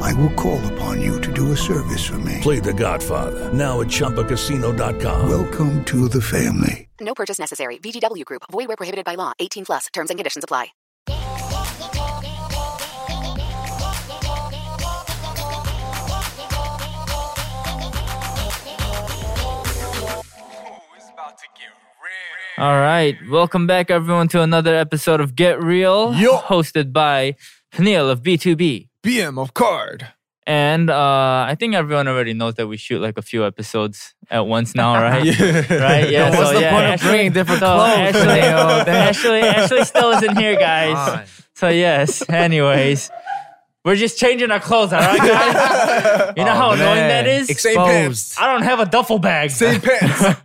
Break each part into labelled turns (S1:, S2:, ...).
S1: I will call upon you to do a service for me.
S2: Play The Godfather now at ChumbaCasino.com.
S1: Welcome to the family.
S3: No purchase necessary. VGW Group. Void where prohibited by law. 18 plus. Terms and conditions apply.
S4: All right, welcome back everyone to another episode of Get Real,
S5: Yo.
S4: hosted by Neil of B2B.
S5: BM of card.
S4: And uh, I think everyone already knows that we shoot like a few episodes at once now, right? Right? Yeah.
S6: What's
S4: so,
S6: the
S4: yeah,
S6: point of
S4: Ashley-
S6: bringing different
S4: so
S6: clothes?
S4: Ashley,
S6: Oh, damn.
S4: Ashley, Ashley still isn't here, guys.
S6: Fine.
S4: So yes. Anyways, we're just changing our clothes, all right, guys? You know
S6: Oh,
S4: how annoying
S6: man.
S4: that is.
S5: Same pants.
S4: I don't have a duffel bag.
S5: Same pants.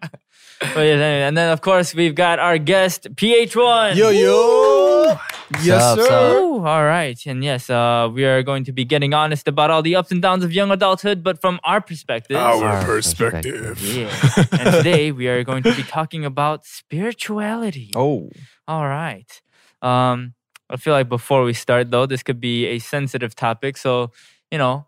S4: But yeah, anyway, and then of course we've got our guest PH1.
S5: yo, yo. Yes,
S6: Sup,
S5: sir.
S6: sup.
S4: Ooh, all right. And yes, uh, we are going to be getting honest about all the ups and downs of young adulthood, but from our perspective.
S2: Our
S6: perspective.
S2: perspective.
S4: yeah. and today we are going to be talking about spirituality.
S5: Oh.
S4: All right. Um, I feel like before we start, though, this could be a sensitive topic. So, you know,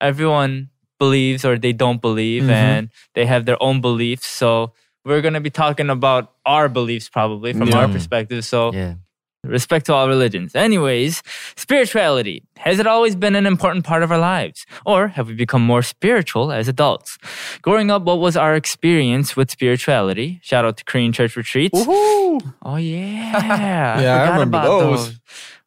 S4: everyone believes or they don't believe, and they have their own beliefs. So, we're going to be talking about our beliefs probably from our
S6: Yeah.
S4: perspective. So,
S6: Yeah.
S4: respect to all religions. Anyways, spirituality. Has it always been an important part of our lives? Or have we become more spiritual as adults? Growing up, what was our experience with spirituality? Shout out to Korean church retreats. Oh, yeah.
S5: Yeah, I
S4: forgot
S5: remember
S4: about
S5: those.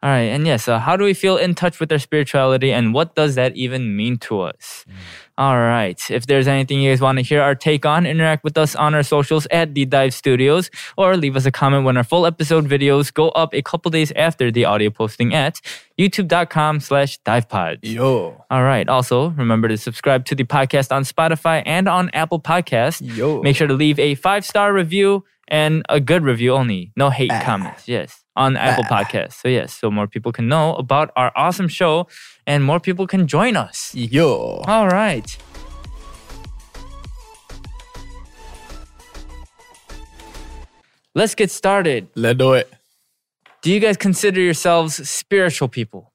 S4: All right. And yes, uh, how do we feel in touch with our spirituality and what does that even mean to us?
S5: Mm.
S4: All right. If there's anything you guys want to hear our take on, interact with us on our socials at The Dive Studios or leave us a comment when our full episode videos go up a couple days after the audio posting at youtube.com slash divepod.
S5: Yo.
S4: All right. Also, remember to subscribe to the podcast on Spotify and on Apple Podcasts.
S5: Yo.
S4: Make sure to leave a five star review and a good review only. No hate comments. Yes. On Apple Podcasts. So, yes. So more people can know about our awesome show and more people can join us.
S5: Yo.
S4: All right. Let's get started.
S5: Let's do it.
S4: Do you guys consider yourselves spiritual people?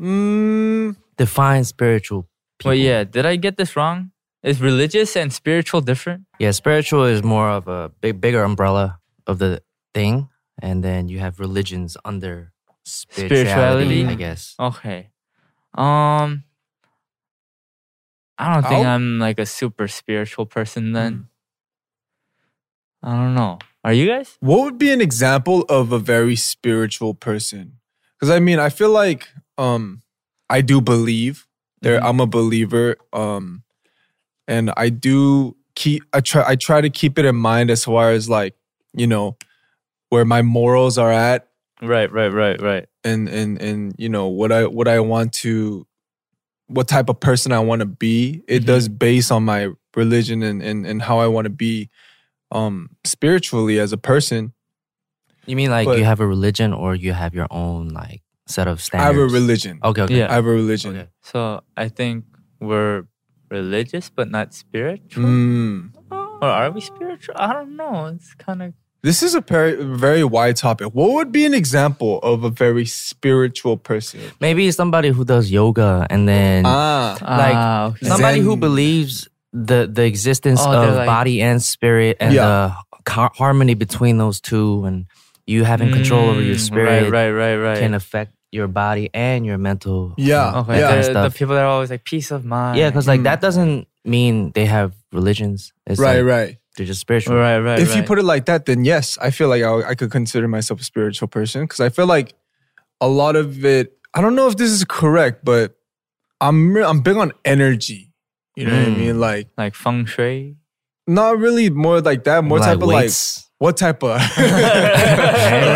S5: Mm,
S6: Define spiritual. People.
S4: Well, yeah. Did I get this wrong? Is religious and spiritual different?
S6: Yeah, spiritual is more of a big, bigger umbrella of the thing, and then you have religions under spirituality,
S4: Spirituality.
S6: I guess.
S4: Okay. Um I don't think
S5: Ow.
S4: I'm like a super spiritual person then. I don't know. Are you guys?
S5: what would be an example of a very spiritual person? Because I mean, I feel like um, I do believe. There,
S4: Mm-hmm.
S5: I'm a believer. Um, and I do keep. I try. I try to keep it in mind as far as like you know where my morals are at
S4: Right, right, right, right.
S5: and and and you know what I what I want to what type of person I want to be. It
S4: Mhm.
S5: does base on my religion and and and how I want to be um spiritually as a person.
S6: You mean like
S5: But-
S6: you have a religion, or you have your own like set of standards?
S5: I have a religion.
S6: Okay. okay.
S4: Yeah.
S5: I have a religion.
S6: Okay.
S4: So I think we're religious but not spiritual.
S5: Mm.
S4: Or are we spiritual? I don't know. It's kind of
S5: This is a very very wide topic. What would be an example of a very spiritual person?
S6: Maybe it's somebody who does yoga, and then
S5: Ah,
S6: Like,
S4: okay.
S6: somebody who
S5: Zen.
S6: believes the the existence
S4: Oh, they're
S6: of
S4: like-
S6: body and spirit and
S5: Yeah.
S6: the har- harmony between those two and you having control over your
S4: Mm,
S6: spirit
S4: Right, right, right, right.
S6: can affect your body and your mental
S5: Yeah,
S4: okay.
S5: yeah.
S4: they're-
S6: and
S4: The
S6: stuff.
S4: people that are always like peace of mind.
S6: yeah because like
S5: Mm.
S6: that doesn't mean they have religions it's
S5: right,
S6: like
S5: right.
S6: they're just spiritual
S4: Mm, Right, right.
S5: if you
S4: right.
S5: put it like that, then yes, I feel like I, I could consider myself a spiritual person because I feel like a lot of it. I don't know if this is correct, but I'm re- I'm big on energy. You know what I
S6: Mm.
S5: mean? Like
S4: like feng shui.
S5: not really more like that. More
S6: Like
S5: type of
S6: weights?
S5: like what type of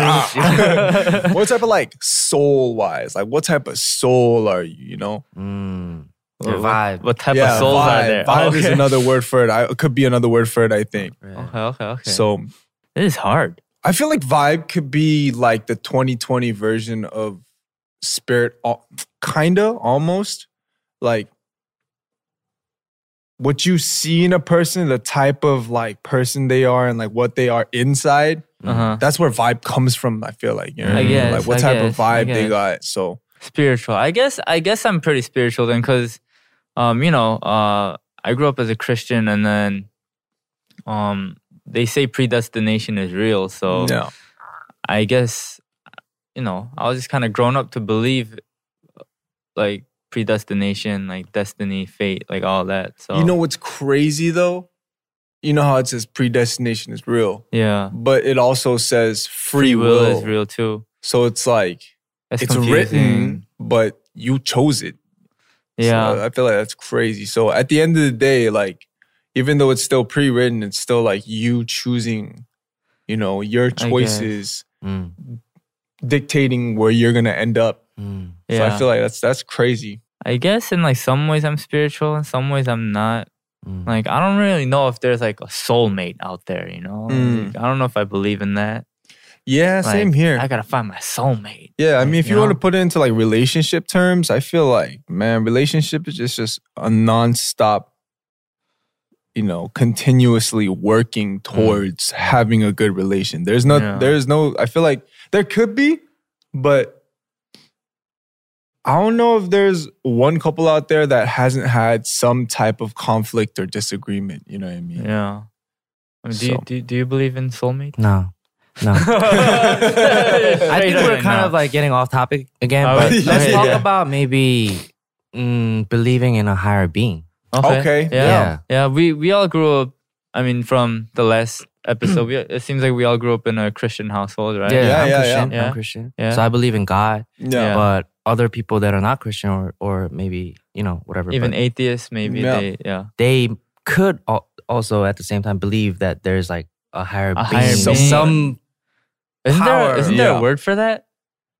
S5: Ah. what type of like soul wise? Like what type of soul are you? You know?
S6: Mm. Their
S4: What-
S6: vibe.
S4: What type
S5: yeah,
S4: of souls
S5: vibe.
S4: are there?
S5: Vibe
S4: Oh,
S5: is
S4: okay.
S5: another word for it. I, it could be another word for it. I think.
S6: Right.
S4: Okay, okay, okay.
S5: So
S4: this is hard.
S5: I feel like vibe could be like the 2020 version of spirit, al- kinda almost like what you see in a person, the type of like person they are, and like what they are inside.
S6: Mm-hmm.
S4: Uh huh.
S5: That's where vibe comes from. I feel like you know,
S6: I
S5: what mean?
S4: guess,
S5: like what
S4: I
S5: type
S4: guess,
S5: of
S4: I
S5: vibe they
S4: guess.
S5: got. So
S4: Spiritual. I guess. I guess I'm pretty spiritual then, because, um, you know, uh, I grew up as a Christian, and then, um, they say predestination is real. So
S5: yeah,
S4: I guess, you know, I was just kind of grown up to believe, like predestination, like destiny, fate, like all that. So
S5: you know what's crazy though? You know how it says predestination is real,
S4: yeah,
S5: but it also says free,
S4: free will,
S5: will.
S4: is real too.
S5: So it's like.
S4: That's
S5: it's
S4: confusing.
S5: written, but you chose it. So
S4: Yeah.
S5: I feel like that's crazy. So at the end of the day, like even though it's still pre-written, it's still like you choosing, you know, your
S4: guess.
S5: choices
S6: Mm,
S5: dictating where you're gonna end up.
S6: mm.
S4: yeah.
S5: So I feel like that's that's crazy.
S4: I guess in like some ways I'm spiritual, in some ways I'm not.
S6: Mm.
S4: Like I don't really know if there's like a soulmate out there, you know?
S5: Mm.
S4: Like, I don't know if I believe in that.
S5: Yeah,
S4: Like,
S5: same here.
S4: I gotta find my soulmate.
S5: yeah, I mean, if
S4: you
S5: you want to
S4: know?
S5: put it into like relationship terms, I feel like man, relationship is just just a nonstop, you know, continuously working towards having a good relation. There's no,
S4: Yeah.
S5: there's no. I feel like there could be, but I don't know if there's one couple out there that hasn't had some type of conflict or disagreement. You know what I mean?
S4: Yeah. I mean, do, you,
S5: So.
S4: do, do you believe in soulmate?
S6: No, no. I think we're kind of like getting off topic again,
S4: All
S6: but
S4: right.
S6: let's
S4: Okay.
S6: talk
S4: Yeah.
S6: about maybe mm, believing in a higher being.
S5: Okay.
S4: Yeah.
S6: Yeah.
S4: yeah. We we all grew up. I mean, from the last episode, we, it seems like we all grew up in a Christian household, right?
S5: Yeah,
S6: I'm
S5: yeah,
S6: Christian.
S4: yeah.
S6: I'm Christian.
S4: Yeah.
S6: So I believe in God,
S5: Yeah.
S6: but other people that are not Christian or, or maybe you know whatever,
S4: Even
S6: but
S4: atheists, maybe
S5: Yeah.
S4: they, yeah.
S6: they could al- also at the same time believe that there's like a higher
S4: A
S6: being,
S4: higher
S5: being.
S6: some
S4: Isn't
S6: power.
S4: there, isn't there
S5: Yeah.
S4: a word for that?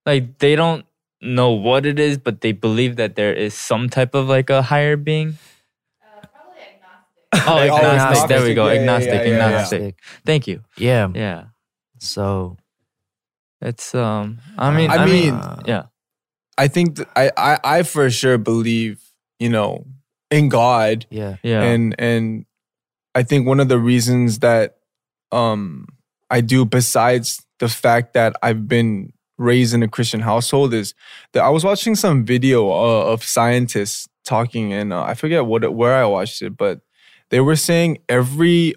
S4: Like they don't know what it is, but they believe that there is some type of like a higher being. Uh, probably
S5: Like,
S4: agnostic.
S5: oh,
S4: Oh, agnostic.
S6: agnostic.
S4: There we go.
S5: Yeah, yeah,
S4: agnostic.
S5: yeah, yeah, yeah.
S4: agnostic. Thank you.
S6: yeah.
S4: Yeah.
S6: So
S4: It's um. I mean.
S5: I
S4: I mean.
S5: mean,
S4: yeah.
S5: I think th- I, I I for sure believe you know in God.
S6: yeah,
S4: Yeah.
S5: and and I think one of the reasons that um I do besides the fact that I've been raised in a Christian household is that I was watching some video uh, of scientists talking and uh, I forget what it- where I watched it but they were saying every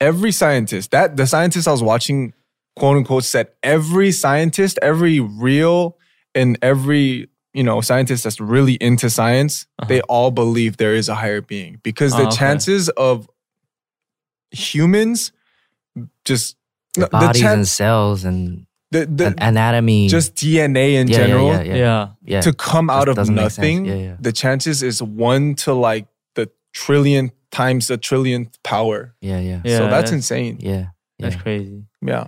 S5: every scientist that the scientist I was watching quote unquote said every scientist every real and every you know scientist that's really into science
S6: Uh-huh.
S5: they all believe there is a higher being because the
S4: Oh, okay.
S5: chances of humans just no, the
S6: bodies and
S5: chance
S6: cells and,
S5: the, the,
S6: and anatomy,
S5: just DNA in
S6: Yeah, yeah,
S5: general
S6: yeah, yeah.
S4: yeah. Yeah.
S6: yeah.
S5: to come out of
S6: doesn't make sense.
S5: nothing
S6: Yeah, yeah.
S5: the chances is 1 to like the trillion times the trillionth power
S6: yeah, yeah,
S4: Yeah.
S5: so that's
S4: that's-
S5: insane
S6: yeah,
S4: That's
S6: yeah.
S4: crazy.
S5: Yeah.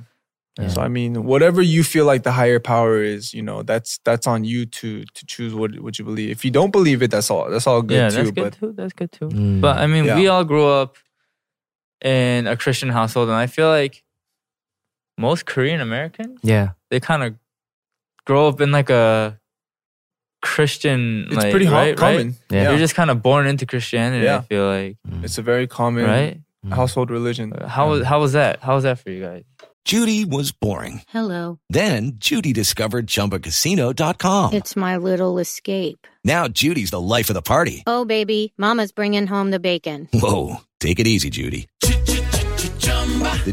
S6: Yeah.
S5: So I mean, whatever you feel like the higher power is, you know, that's that's on you to to choose what what you believe. If you don't believe it, that's all that's all good
S4: yeah.
S5: too.
S4: That's good
S5: but
S4: too. That's good too.
S6: Mm.
S4: But I mean,
S5: Yeah.
S4: we all grew up in a Christian household, and I feel like most Korean Americans
S6: yeah,
S4: they kind of grow up in like a Christian.
S5: it's
S4: like,
S5: pretty hot,
S4: right, right?
S5: common.
S6: Yeah.
S4: You're just kind of born into Christianity. I
S5: Yeah.
S4: feel like,
S5: it's a very common
S4: right?
S6: Mm.
S5: household religion.
S4: How was how was that? How was that for you guys?
S7: Judy was boring.
S8: Hello.
S7: Then Judy discovered ChumbaCasino.com.
S8: It's my little escape.
S7: now Judy's the life of the party.
S8: Oh, baby, Mama's bringing home the bacon.
S7: Whoa, take it easy, Judy. The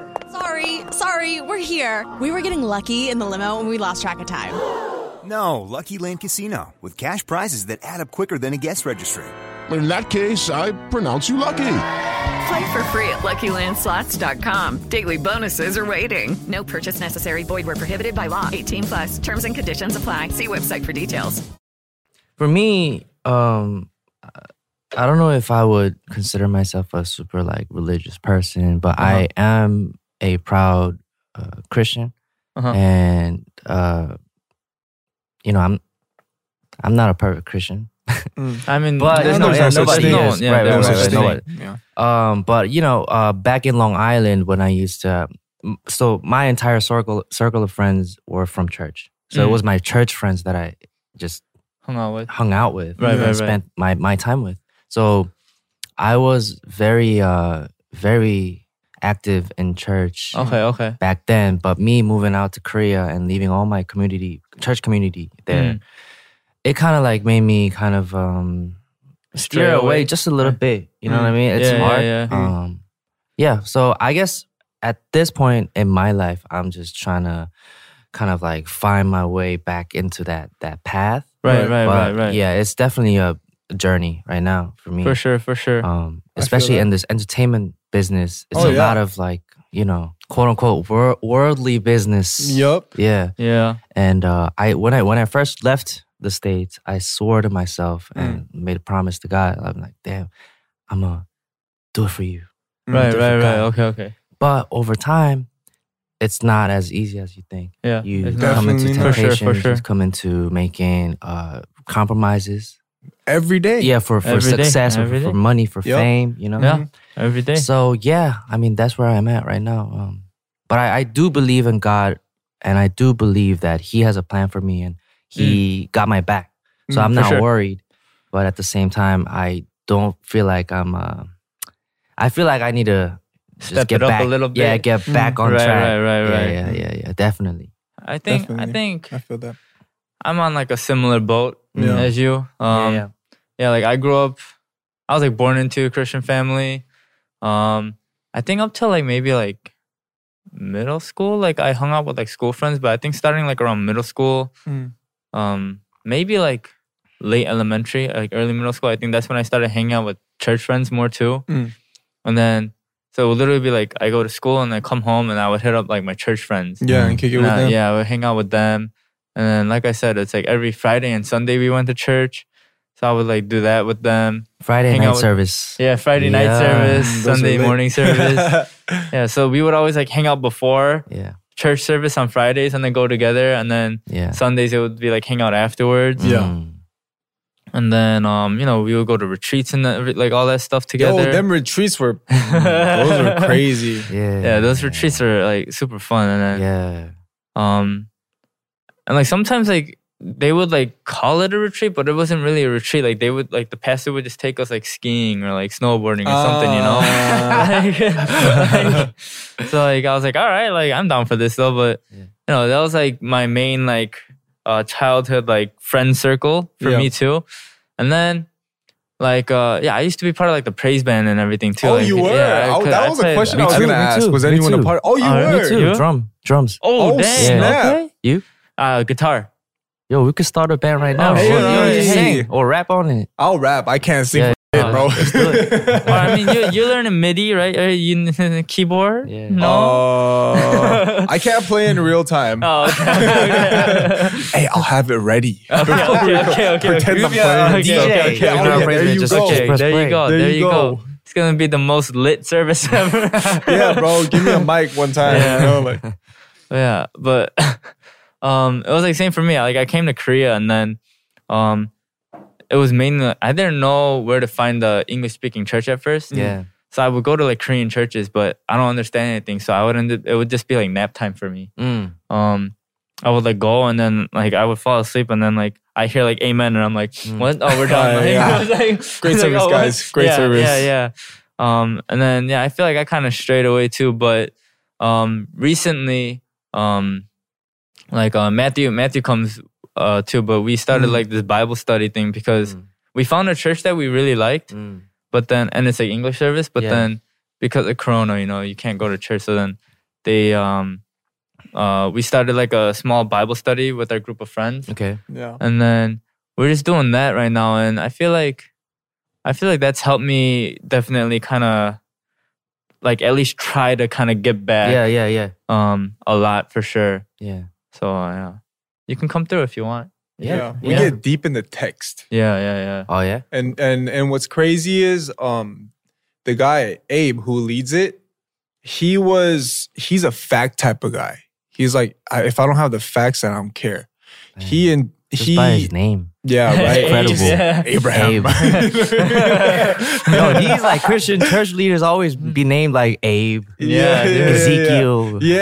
S9: Sorry, sorry, we're here. We were getting lucky in the limo and we lost track of time.
S10: No, Lucky Land Casino, with cash prizes that add up quicker than a guest registry.
S11: In that case, I pronounce you lucky.
S12: Play for free at LuckyLandSlots.com. Daily bonuses are waiting. No purchase necessary. Void were prohibited by law. 18 plus. Terms and conditions apply. See website for details.
S6: For me, um, I don't know if I would consider myself a super like religious person, but I am a proud uh, Christian,
S13: Uh-huh.
S6: and uh, you know I'm I'm not a perfect Christian.
S5: Mm.
S4: I mean,
S6: But
S4: there's
S6: Uh, no,
S4: no,
S6: yeah,
S4: such
S6: nobody
S4: thing.
S6: is.
S4: No, yeah,
S6: right,
S4: there's
S6: right,
S4: no
S6: right,
S4: such
S6: right,
S4: thing.
S6: nobody. Um, but you know, uh, back in Long Island when I used to, m- so my entire circle circle of friends were from church. So
S4: Mm.
S6: it was my church friends that I just
S4: Hung out with.
S6: hung out with,
S4: Right,
S6: and
S4: right, right.
S6: spent my my time with. So I was very uh very active in church.
S4: Okay, okay.
S6: Back then, but me moving out to Korea and leaving all my community church community there,
S4: Mm.
S6: it kind of like made me kind of um
S4: Stray
S6: steer away,
S4: away.
S6: just a little bit. You know what I
S4: Mm.
S6: mean? It's
S4: Yeah, yeah,
S6: hard.
S4: yeah. Mm.
S6: Um, yeah. So I guess at this point in my life, I'm just trying to kind of like find my way back into that that path.
S4: Right, right,
S6: But
S4: Oh, right, right.
S6: Yeah, it's definitely a journey right now for me.
S4: For sure, for sure.
S6: Um, especially in this entertainment business, it's
S4: Oh,
S6: a
S4: yeah.
S6: lot of like you know, quote unquote, wor- worldly business.
S5: Yup.
S6: Yeah.
S4: Yeah.
S6: And uh, I when I when I first left the states, I swore to myself
S4: Mm.
S6: and made a promise to God. I'm like, damn, I'm gonna do it for you. I'm gonna
S4: Right,
S6: do it
S4: right,
S6: for
S4: right.
S6: God."
S4: Okay, okay.
S6: But over time, it's not as easy as you think.
S4: Yeah,
S6: you
S4: it's not.
S6: come into
S4: Definitely not. For sure, for
S6: temptations,
S4: sure.
S6: you come into making uh, compromises
S5: every day.
S6: Yeah, for for
S4: Every day,
S6: success, or
S4: every
S6: for
S4: day.
S6: money, for
S4: Yup.
S6: fame. You know.
S4: Yeah, every day.
S6: So yeah, I mean that's where I'm at right now. Um, but I, I do believe in God, and I do believe that He has a plan for me, and He got my back. So
S4: Mm,
S6: I'm
S4: for
S6: not
S4: sure.
S6: worried, but at the same time, I don't feel like I'm. Uh, I feel like I need to just
S4: Step
S6: get
S4: it up a
S6: back,
S4: little
S6: Yeah,
S4: bit.
S6: get
S4: Mm.
S6: back on
S4: Right,
S6: track.
S4: right, right,
S6: yeah,
S4: right.
S6: Yeah, yeah, yeah, definitely.
S4: I think I
S5: Definitely.
S4: think
S5: I feel that.
S4: I'm on like a similar boat
S6: Yeah.
S4: as you. Um, yeah, like I grew up, I was like born into a Christian family. Um, I think up till like maybe like middle school, like I hung out with like school friends, but I think starting like around middle school,
S5: Mm.
S4: um, maybe like late elementary, like early middle school, I think that's when I started hanging out with church friends more too.
S5: Mm.
S4: And then, so it would literally be like I go to school and I come home and I would hit up like my church friends.
S6: Mm.
S5: Yeah, and kick it
S4: And
S5: with
S4: I-
S5: them.
S4: Yeah, I would hang out with them. And then, like I said, it's like every Friday and Sunday we went to church. So I would like do that with them.
S6: Friday
S4: Hang
S6: night
S4: out with-
S6: service.
S4: Yeah, Friday night
S6: Yeah.
S4: service,
S6: Mm, those
S4: Sunday
S6: are lit.
S4: morning service. yeah, so we would always like hang out before
S6: Yeah.
S4: church service on Fridays and then go together. And then
S6: Yeah.
S4: Sundays it would be like hang out afterwards.
S6: Mm.
S4: And then, um, you know, we would go to retreats and every- like all that stuff
S5: Yo,
S4: together.
S5: them retreats were those were crazy.
S6: Yeah.
S4: yeah, those retreats are like super fun, and then,
S6: Yeah.
S4: um, and like sometimes like they would like call it a retreat, but it wasn't really a retreat. Like they would like the pastor would just take us like skiing or like snowboarding or something, you know.
S5: Ah.
S4: Like- like- so like I was like, all right, like I'm down for this though, but you know that was like my main like uh childhood like friend circle for
S5: Yeah.
S4: me too, and then. Like uh yeah, I used to be part of like the praise band and everything too.
S5: Oh,
S4: like,
S5: you were?
S4: Yeah, I
S5: Oh,
S4: could-
S5: that
S4: I
S5: was a
S4: played-
S5: question I was gonna ask. Was anyone a part? Oh, you
S4: Uh, me
S5: were.
S4: too. You?
S6: Drum, drums.
S4: Oh,
S5: Oh,
S4: dang.
S5: snap.
S4: Okay.
S6: You?
S4: Uh, guitar.
S6: Yo, we could start a band right now.
S4: Oh,
S6: Or-
S4: shit.
S6: you know,
S4: Hey.
S6: sing or rap on it.
S5: I'll rap. I can't sing
S6: Yeah,
S5: for shit, bro.
S4: Well, I mean, you, you're learning MIDI, right? Are you keyboard?
S6: Yeah.
S4: No.
S5: Uh, I can't play in real time.
S4: Oh, okay.
S5: hey, I'll have it ready.
S4: okay,
S5: Before we
S4: okay,
S5: go.
S4: okay, okay.
S5: Pretend I'm
S4: Yeah,
S5: playing.
S4: okay,
S5: stuff.
S4: okay, okay.
S5: Yeah, oh,
S4: No,
S5: yeah, there you
S6: just-
S5: go.
S4: Okay,
S6: press
S4: there you
S6: play.
S4: go. There,
S5: There you
S4: you go.
S5: go.
S4: It's gonna be the most lit service ever.
S5: Yeah, bro. Give me a mic one time.
S4: Yeah.
S5: You know, like,
S4: yeah but um it was like same for me like i came to korea and then um it was mainly i didn't know where to find the english speaking church at
S5: Mm.
S4: first
S6: Yeah.
S4: so i would go to like korean churches but i don't understand anything so i would end up, it would just be like nap time for me
S6: Mm.
S4: um i would like go and then like i would fall asleep and then like i hear like amen and i'm like what oh we're done
S5: Yeah,
S4: Like,
S5: Mm. Uh,
S4: I
S5: yeah.
S4: was like-
S5: Great
S4: like, oh,
S5: service,
S4: what?
S5: guys. Great
S4: Yeah,
S5: service.
S4: yeah yeah um and then yeah i feel like i kind of strayed away too but um recently um like uh matthew matthew comes uh too but we started
S5: Mm.
S4: like this bible study thing because we found a church that we really liked
S6: Mm.
S4: but then and it's like english service but
S6: Yeah.
S4: then because of corona you know you can't go to church so then they um uh we started like a small bible study with our group of friends
S6: Okay.
S5: yeah.
S4: and then we're just doing that right now and i feel like i feel like that's helped me definitely kind of like at least try to kind of get back.
S6: Yeah, yeah, yeah.
S4: Um, a lot for sure.
S6: Yeah.
S4: So yeah, you can come through if you want.
S5: we get deep in the text.
S4: Yeah, yeah, yeah.
S6: Oh yeah.
S5: And and and what's crazy is um the guy Abe who leads it, he was he's a fact type of guy. He's like I, if I don't have the facts, then I don't care. He and
S6: Just
S5: he
S6: by his name.
S5: Yeah, right.
S6: Incredible.
S5: Yeah. Abraham.
S6: no, these like Christian church leaders always be named like Abe,
S5: Mm. Yeah, yeah, yeah, yeah.
S6: Ezekiel.
S5: Yeah.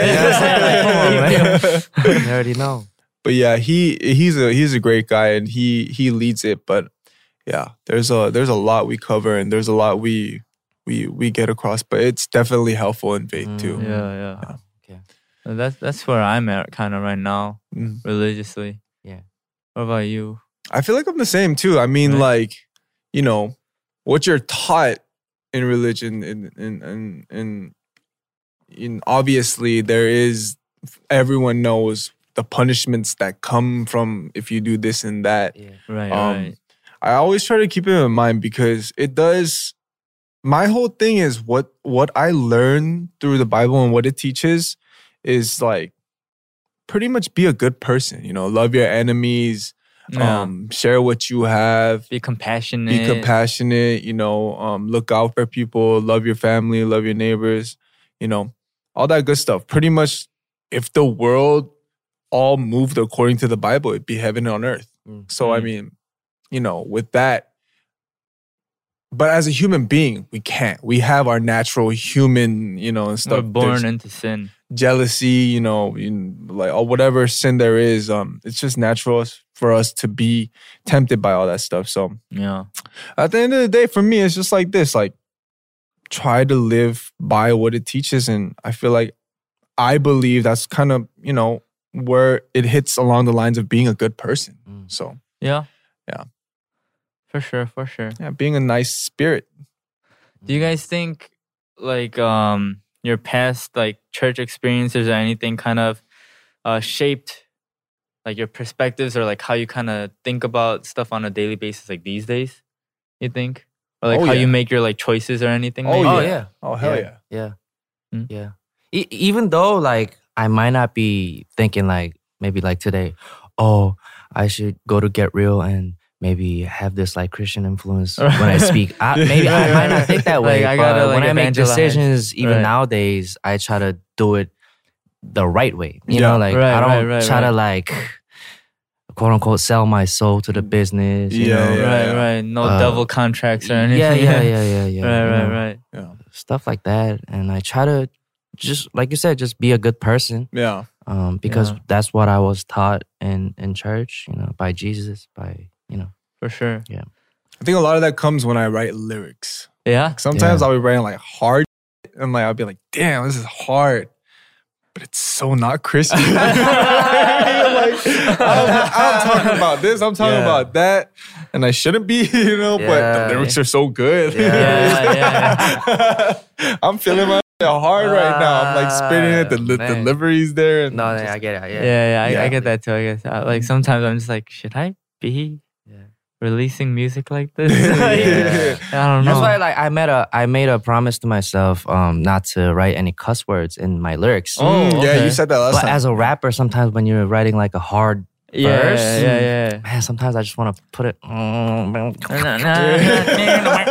S6: You know what I'm saying? Like, come on, man. I already know.
S5: But yeah, he he's a he's a great guy and he he leads it. But yeah, there's a there's a lot we cover and there's a lot we we we get across. But it's definitely helpful in faith too.
S4: Mm, Yeah, yeah. Uh, That's that's where I'm at kind of right now,
S5: Mm.
S4: religiously.
S6: Yeah.
S4: What about you?
S5: I feel like I'm the same too. I mean, like, you know, what you're taught in religion and and and and in obviously there is everyone knows the punishments that come from if you do this and that.
S4: Right,
S5: Um,
S4: right.
S5: I always try to keep it in mind because it does. My whole thing is what what I learn through the Bible and what it teaches is like pretty much be a good person. You know, love your enemies.
S4: Yeah.
S5: Um, share what you have.
S4: Be compassionate.
S5: Be compassionate. You know, um, look out for people. Love your family. Love your neighbors. You know, all that good stuff. Pretty much, if the world all moved according to the Bible, it'd be heaven on earth. So
S4: Mm-hmm.
S5: I mean, you know, with that, but as a human being, we can't. We have our natural human, you know, and stuff.
S4: We're born
S5: There's
S4: into sin.
S5: jealousy, you know, you, like or whatever sin there is. Um, it's just natural us- for us to be tempted by all that stuff. So
S4: Yeah.
S5: at the end of the day, for me, it's just like this: like try to live by what it teaches, and I feel like I believe that's kind of you know where it hits along the lines of being a good person.
S6: Mm.
S5: So
S4: Yeah.
S5: Yeah.
S4: For sure, for sure.
S5: yeah, being a nice spirit.
S4: Do you guys think like um your past like church experiences or anything kind of uh shaped like your perspectives or like how you kind of think about stuff on a daily basis like these days? You think? Or like
S5: Oh,
S4: how
S5: yeah.
S4: you make your like choices or anything?
S5: Oh,
S4: maybe?
S6: Oh
S5: Yeah.
S6: yeah.
S5: Oh hell yeah!
S6: Yeah.
S4: Mm.
S6: Yeah. E- even though like I might not be thinking like maybe like today, oh, I should go to Get Real and maybe have this like Christian influence when I speak. I, maybe I might not think that way.
S4: Like, I
S6: I
S4: gotta,
S6: gotta,
S4: like,
S6: when I make
S4: evangelize.
S6: decisions, even
S4: Right.
S6: nowadays, I try to do it the right way.
S5: Yeah.
S6: You know, like
S4: Right,
S6: I don't
S4: right, right,
S6: try
S4: right.
S6: to like quote unquote sell my soul to the business. You
S5: Yeah,
S6: know?
S5: yeah.
S4: Right, right. No
S6: Uh,
S4: devil contracts or
S6: Yeah,
S4: anything.
S6: yeah, yeah, yeah, yeah. you
S4: Right,
S6: know?
S4: right, right.
S5: Yeah,
S6: stuff like that. And I try to just, like you said, just be a good person
S5: yeah.
S6: um, because
S4: Yeah.
S6: that's what I was taught in, in church, you know, by Jesus, by, you know.
S4: For sure.
S5: I think a lot of that comes when I write lyrics.
S4: Yeah.
S5: Sometimes I'll be writing like hard and like I'll be like, damn, this is hard. But it's so not Christian. Like, I'm, I'm talking about this, I'm talking
S4: Yeah.
S5: about that. And I shouldn't be, you know, but
S6: Yeah.
S5: the lyrics are so good.
S4: Yeah, yeah,
S5: I'm feeling my shit hard right now. I'm like spinning it, the li-
S6: Ah, man.
S5: deliveries there. And
S6: No, no,
S5: just-
S6: I get it.
S4: Yeah,
S6: Yeah.
S4: yeah, I, I
S5: Yeah.
S4: get that too. I guess uh, like sometimes I'm just like, should I be
S6: Yeah.
S4: releasing music like this?
S5: Yeah.
S4: I don't know.
S6: That's why, like, I made a, I made a promise to myself, um, not to write any cuss words in my lyrics.
S4: Oh,
S5: Mm, yeah,
S4: okay.
S5: you said that last
S6: but
S5: time.
S6: as a rapper, sometimes when you're writing like a hard,
S4: yeah,
S6: verse.
S4: yeah, yeah.
S6: man, sometimes I just want to put it.
S4: Because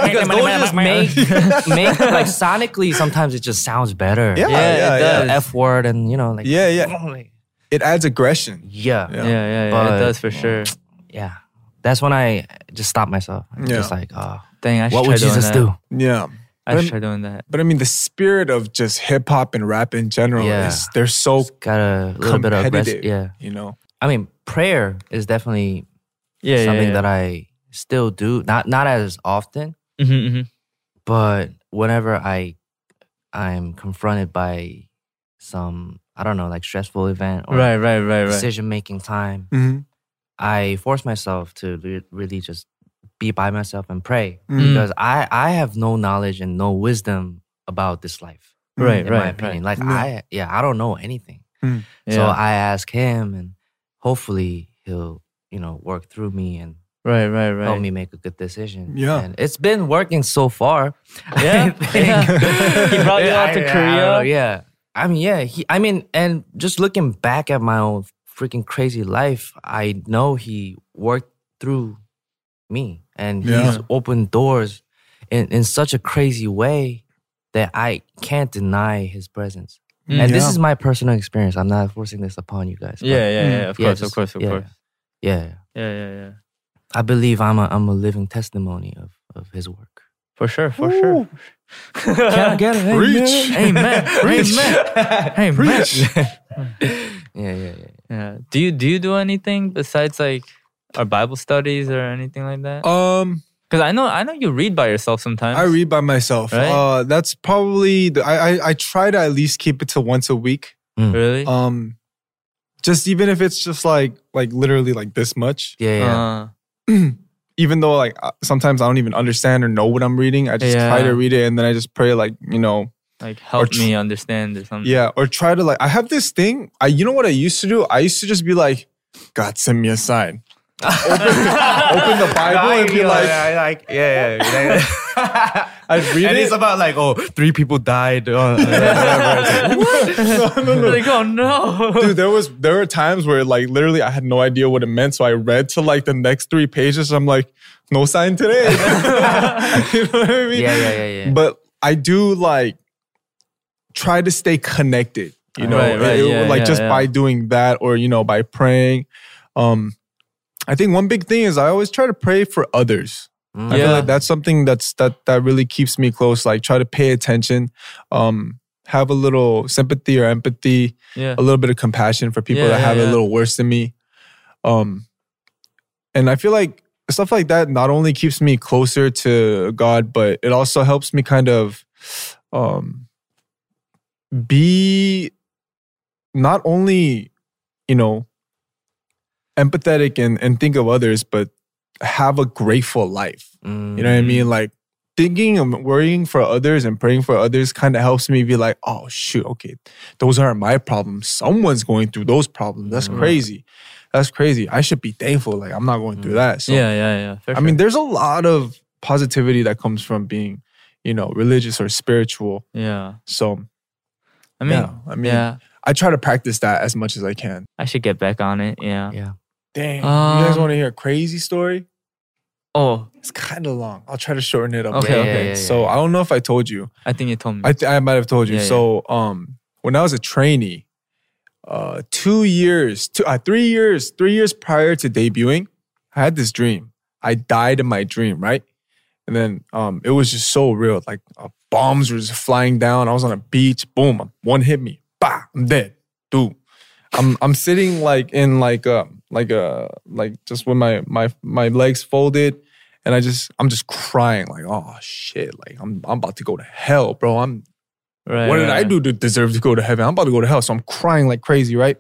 S6: because those just make, make like sonically sometimes it just sounds better.
S5: Yeah,
S4: Yeah,
S5: yeah,
S4: it
S5: yeah.
S4: does.
S6: The F word and you know like
S5: Yeah, yeah.
S6: like,
S5: It adds aggression.
S6: yeah,
S5: Yeah.
S4: Yeah, yeah, yeah.
S6: But-
S4: it does for sure.
S6: yeah. That's when I just stop myself. I'm
S5: Yeah.
S6: Just like, oh,
S4: Dang, I should
S6: what
S4: try
S6: would
S4: doing
S6: Jesus
S4: that.
S6: do?
S5: Yeah.
S4: I should try doing that.
S5: But I mean, the spirit of just hip hop and rap in general
S6: Yeah.
S5: is they're so
S6: Got a little bit of aggressive.
S5: Oh, competitive.
S6: Yeah,
S5: you know.
S6: I mean, prayer is definitely
S4: Yeah, yeah,
S6: something
S4: yeah.
S6: that I still do. Not not as often,
S4: Mhm, mhm.
S6: but whenever I I'm confronted by some I don't know like stressful event or
S4: Right, right, right, right.
S6: decision making time,
S5: Mhm.
S6: I force myself to re- really just be by myself and pray
S5: Mm.
S6: because I I have no knowledge and no wisdom about this life.
S4: Right,
S6: Mm, in
S4: right, Mm.
S6: my opinion, like
S5: Yeah.
S6: I yeah I don't know anything.
S4: Yeah.
S6: So I ask him, and hopefully he'll you know work through me and
S4: Right, right, right.
S6: Help me make a good decision.
S4: Yeah.
S6: And it's been working so far.
S4: Yeah, yeah. He brought you out to
S6: I- I
S4: Korea.
S6: don't know, yeah. I mean, yeah. He, I mean, and just looking back at my own freaking crazy life, I know he worked through me and
S13: Yeah.
S6: he's opened doors in, in such a crazy way that I can't deny his presence.
S4: Mm.
S6: and this
S4: Yeah.
S6: is my personal experience. I'm not forcing this upon you guys. but-
S4: Yeah, yeah, yeah, of course, of course, of
S6: yeah,
S4: course.
S6: Yeah.
S4: Yeah, yeah, yeah.
S6: I believe I'm a I'm a living testimony of of his work.
S4: For sure, for sure.
S6: Can I get it?
S4: Preach.
S6: Amen.
S4: Amen. Amen. Amen.
S6: yeah, yeah, yeah.
S4: Yeah. Do you do you do anything besides like our Bible studies or anything like that?
S5: Um,
S4: because I know I know you read by yourself sometimes.
S5: I read by myself.
S4: Right?
S5: Uh, that's probably the, I, I I try to at least keep it to once a week.
S4: Mm. Really?
S5: Um, just even if it's just like like literally like this much.
S6: Yeah.
S4: yeah.
S5: even though like uh, sometimes I don't even understand or know what I'm reading, I just try
S4: Yeah.
S5: to read it and then I just pray like you know
S4: like
S5: or
S4: help
S5: tr-
S4: me understand or something.
S5: yeah or try to like I have this thing I you know what I used to do I used to just be like God send me a sign open the Bible and be like
S13: like, yeah, yeah. yeah.
S5: I read
S13: and
S5: it
S13: it's about like, oh, three people died. uh,
S5: no, no, no.
S4: Like, oh no.
S5: Dude, there was there were times where like literally I had no idea what it meant. So I read to like the next three pages. I'm like, no sign today. you know what I mean?
S6: Yeah, yeah, yeah, yeah.
S5: But I do like try to stay connected, you know,
S4: Right, right,
S5: It- it-
S4: yeah,
S5: like
S4: yeah,
S5: just
S4: yeah.
S5: by doing that or you know, by praying. Um I think one big thing is I always try to pray for others.
S6: Mm,
S5: I feel
S4: Yeah.
S5: like that's something that's that that really keeps me close. Like try to pay attention, um, have a little sympathy or empathy,
S4: Yeah.
S5: a little bit of compassion for people
S4: Yeah,
S5: that
S4: yeah,
S5: have it
S4: yeah.
S5: a little worse than me. Um, and I feel like stuff like that not only keeps me closer to God, but it also helps me kind of um, be not only you know empathetic and and think of others, but have a grateful life.
S6: mm,
S5: You know what I
S4: Mm-hmm.
S5: mean? Like thinking and worrying for others and praying for others kind of helps me be like, oh shoot, okay, those aren't my problems. Someone's going through those problems. That's
S4: Mm-hmm.
S5: crazy. That's crazy. I should be thankful. Like I'm not going through that. So
S4: Mm-hmm. yeah, yeah, yeah. For
S5: I mean,
S4: sure.
S5: there's a lot of positivity that comes from being, you know, religious or spiritual.
S4: yeah.
S5: So
S4: I mean,
S5: yeah, I mean,
S4: yeah.
S5: I try to practice that as much as I can.
S4: I should get back on it. Yeah.
S6: Yeah.
S5: Dang, you guys
S4: Um,
S5: want to hear a crazy story?
S4: Oh,
S5: It's kind of long. I'll try to shorten it up.
S4: Okay,
S5: a little
S4: okay,
S5: bit.
S4: yeah, Mm. yeah,
S5: so I don't know if I told you.
S4: I think you told me.
S5: I, th- I might have told you.
S4: Yeah, yeah.
S5: so um, when I was a trainee, uh, two years, two, uh, three years, three years prior to debuting, I had this dream. I died in my dream, right? And then um, it was just so real. Like uh, bombs were just flying down. I was on a beach. Boom, one hit me. Bah, I'm dead, dude. I'm I'm sitting like in like um like a like just with my my my legs folded, and I just I'm just crying like oh shit like I'm I'm about to go to hell, bro. I'm
S4: Right,
S5: what did I
S4: right.
S5: do to deserve to go to heaven? I'm about to go to hell, so I'm crying like crazy, right?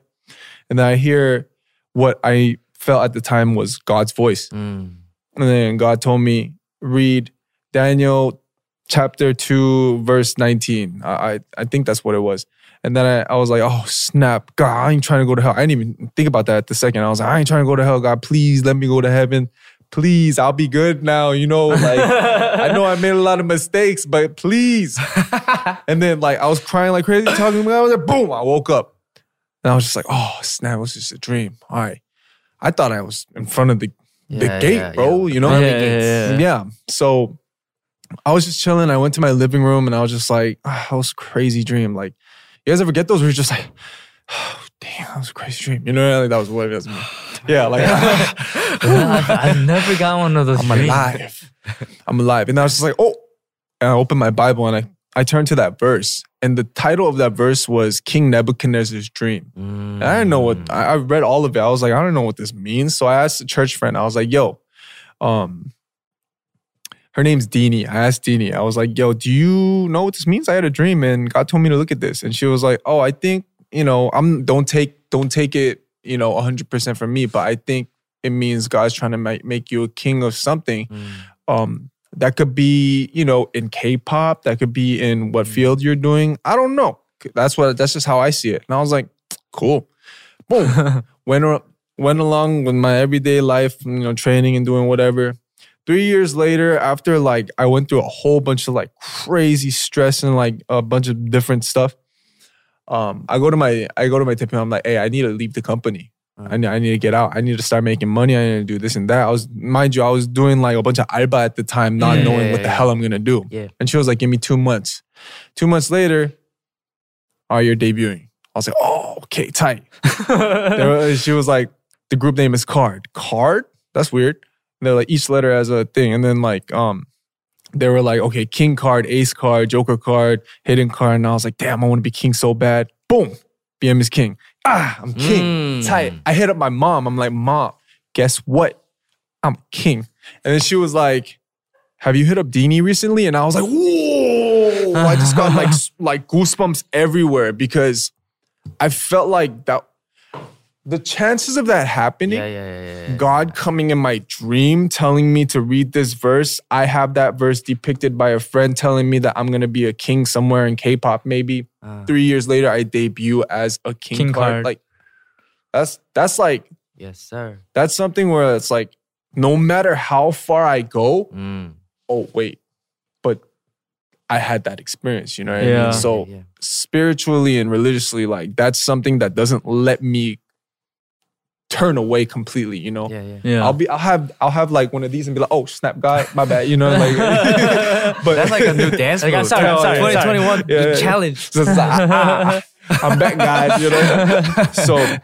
S5: And then I hear what I felt at the time was God's voice,
S6: Mm.
S5: and then God told me read Daniel chapter two verse nineteen. I I, I think that's what it was. And then I, I was like, oh snap, God, I ain't trying to go to hell. I didn't even think about that at the second. I was like, I ain't trying to go to hell, God. Please let me go to heaven. Please, I'll be good now. You know, like I know I made a lot of mistakes, but please. and then like I was crying like crazy, talking about it. Boom, I woke up. And I was just like, oh snap, it was just a dream. All right. I thought I was in front of the the
S6: Yeah,
S5: gate,
S6: yeah,
S5: bro.
S6: yeah.
S5: You know?
S6: Yeah, yeah, yeah, yeah.
S5: yeah. So I was just chilling. I went to my living room and I was just like, ah, that was a crazy dream. Like, you guys ever get those where you're just like, damn, that was a crazy dream. You know, like, that was what it was. Yeah, like
S4: I've, I've never got one of those.
S5: I'm
S4: dreams.
S5: alive. I'm alive. And I was just like, oh. And I opened my Bible and I, I turned to that verse. And the title of that verse was King Nebuchadnezzar's Dream.
S6: Mm.
S5: And I didn't know what, I, I read all of it. I was like, I don't know what this means. So I asked a church friend, I was like, yo, um, her name's Deanie. I asked Deanie, I was like, yo, do you know what this means? I had a dream and God told me to look at this. And she was like, oh, I think, you know, I'm don't take, don't take it, you know, 100% from me, but I think it means God's trying to make, make you a king of something.
S6: Mm.
S5: Um, that could be, you know, in K-pop. That could be in what field you're doing. I don't know. That's what. That's just how I see it. And I was like, cool. Boom. Went ar- went along with my everyday life, you know, training and doing whatever. Three years later, after like I went through a whole bunch of like crazy stress and like a bunch of different stuff, um, I go to my I go to my tip and I'm like, hey, I need to leave the company. I need, I need to get out. I need to start making money. I need to do this and that. I was, mind you, I was doing like a bunch of alba at the time, not
S13: Yeah,
S5: knowing
S13: yeah,
S5: what the
S13: yeah.
S5: hell I'm gonna do.
S13: Yeah.
S5: And she was like, give me two months. Two months later, oh, you're debuting. I was like, oh, okay, tight. They were- she was like, the group name is Card. Card? That's weird. And they're like, each letter has a thing. And then like, um, they were like, okay, King Card, Ace Card, Joker Card, Hidden Card. And I was like, damn, I want to be King so bad. Boom. BM is King. Ah,
S6: Mm.
S5: I'm King. Tight. I hit up my mom. I'm like, mom, guess what? I'm King. And then she was like, have you hit up Dini recently? And I was like, whoa. I just got like, s- like goosebumps everywhere because I felt like that the chances of that happening, God coming in my dream telling me to read this verse, I have that verse depicted by a friend telling me that I'm gonna be a king somewhere in K-pop. Maybe
S6: Uh,
S5: three years later, I debut as a king,
S6: King
S5: card.
S6: card.
S5: Like that's that's like
S6: Yes, sir.
S5: that's something where it's like no matter how far I go,
S6: Mm.
S5: oh wait, but I had that experience, you know what I
S13: Yeah.
S5: mean? So spiritually and religiously, like that's something that doesn't let me turn away completely, you know? Yeah, yeah.
S13: Yeah.
S5: I'll be I'll have I'll have like one of these and be like, oh snap God, my bad, you know, like but
S6: That's like a new dance
S5: Like,
S6: move.
S5: I'm sorry, I'm sorry, I'm sorry.
S6: 2021
S5: Yeah, yeah.
S6: challenge.
S5: So it's like, ah, ah, I'm back, guys. You know, so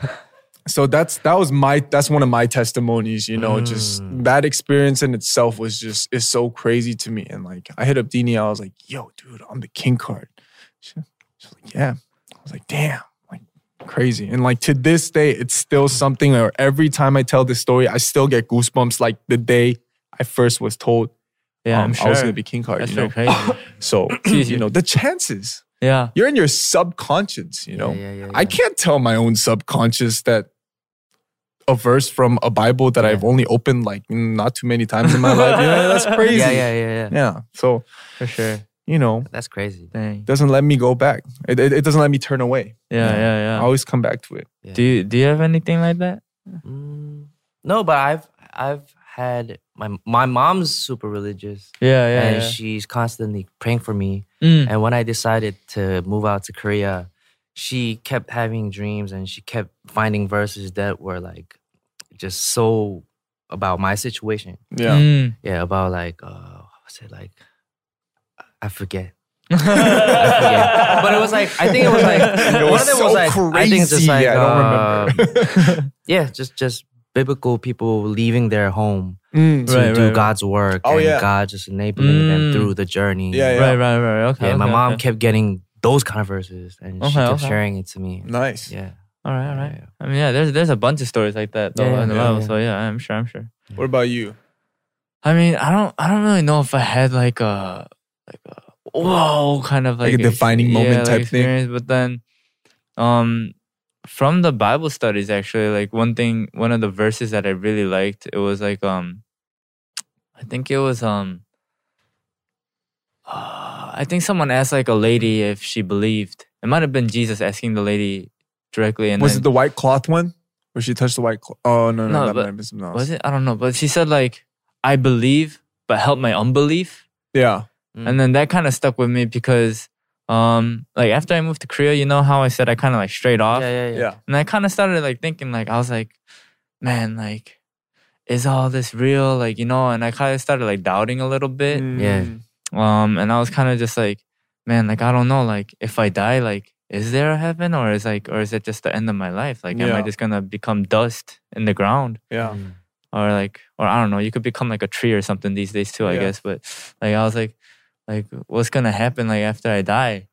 S5: so that's that was my that's one of my testimonies. You know, just
S4: Hmm.
S5: that experience in itself was just is so crazy to me. And like, I hit up Dini, I was like, "Yo, dude, I'm the king card." She- she's like, "Yeah." I was like, "Damn." like Crazy. And like to this day, it's still something, or every time I tell this story, I still get goosebumps. Like the day I first was told um,
S4: Yeah, I'm
S5: I was
S4: sure.
S5: going to be King Card.
S4: That's
S5: you know?
S4: very crazy.
S5: so, you know, the chances.
S4: Yeah.
S5: You're in your subconscious, you know? I can't tell my own subconscious that a verse from a Bible that I've only opened like mm, not too many times in my life. You know, that's crazy.
S6: Yeah, yeah, yeah, yeah.
S5: Yeah. So,
S4: for sure.
S5: You know,
S6: That's crazy.
S4: Dang.
S5: doesn't let me go back. It, it, it doesn't let me turn away.
S4: Yeah, yeah, yeah.
S5: I always come back to it.
S4: Do you do you have anything like that?
S6: Mm, No, but I've I've had my my mom's super religious.
S4: Yeah, yeah,
S6: And
S4: yeah.
S6: she's constantly praying for me.
S5: Hmm.
S4: Mm.
S6: And when I decided to move out to Korea, she kept having dreams and she kept finding verses that were like just so about my situation.
S5: Yeah. Mm.
S6: Yeah, about like uh what was it like I forget. I forget. But it was like I think it was like
S13: It
S6: one
S13: was
S6: of them
S13: so
S6: was like I think it's
S13: crazy,
S6: just like uh,
S13: I don't
S6: remember yeah, just just biblical people leaving their home
S5: Mm.
S6: to
S4: Right,
S6: do
S4: right, right.
S6: God's work
S4: Oh,
S6: and
S4: yeah.
S6: God just enabling them
S4: Mm.
S6: through the journey.
S4: Yeah, yeah. Right, right, right. Okay,
S6: Yeah, my
S4: okay,
S6: mom
S4: okay.
S6: kept getting those kind of verses and she
S4: Okay,
S6: kept
S4: okay.
S6: sharing it to me.
S5: Nice.
S6: Yeah.
S4: All right, all right. I mean, yeah, there's there's a bunch of stories like that though
S6: Yeah,
S4: in the
S6: yeah,
S4: Bible.
S6: yeah.
S4: So yeah, I'm sure, I'm sure.
S5: What about you?
S4: I mean, I don't I don't really know if I had like a like a whoa kind of
S5: Like
S4: like,
S5: a defining moment
S4: yeah, like
S5: type thing?
S4: experience, But then, um, from the Bible studies actually, like one thing, one of the verses that I really liked, it was like um, I think it was um, uh, I think someone asked like a lady if she believed. It might have been Jesus asking the lady directly, and
S5: was
S4: then,
S5: it the white cloth one? Where she touched the white cloth? Oh, no, no,
S4: No, but-
S5: that might have been something else.
S4: was it? I don't know. But she said like, I believe, but help my unbelief.
S5: Yeah.
S4: And then that kind of stuck with me because um like after I moved to Korea, you know how I said I kinda like straight off.
S6: Mm. Yeah,
S5: yeah. Yeah.
S4: And I kinda started like thinking like I was like, man, like is all this real? Like, you know, and I kinda started like doubting a little bit.
S5: Mm.
S6: Yeah.
S4: Um and I was kinda just like, man, like I don't know, like if I die, like is there a heaven or is like or is it just the end of my life? Like am I
S5: Yeah.
S4: just gonna become dust in the ground?
S5: Yeah.
S6: Mm.
S4: or like or I don't know, you could become like a tree or something these days too, I
S5: Yeah.
S4: guess. But like I was like, like what's gonna happen like after I die?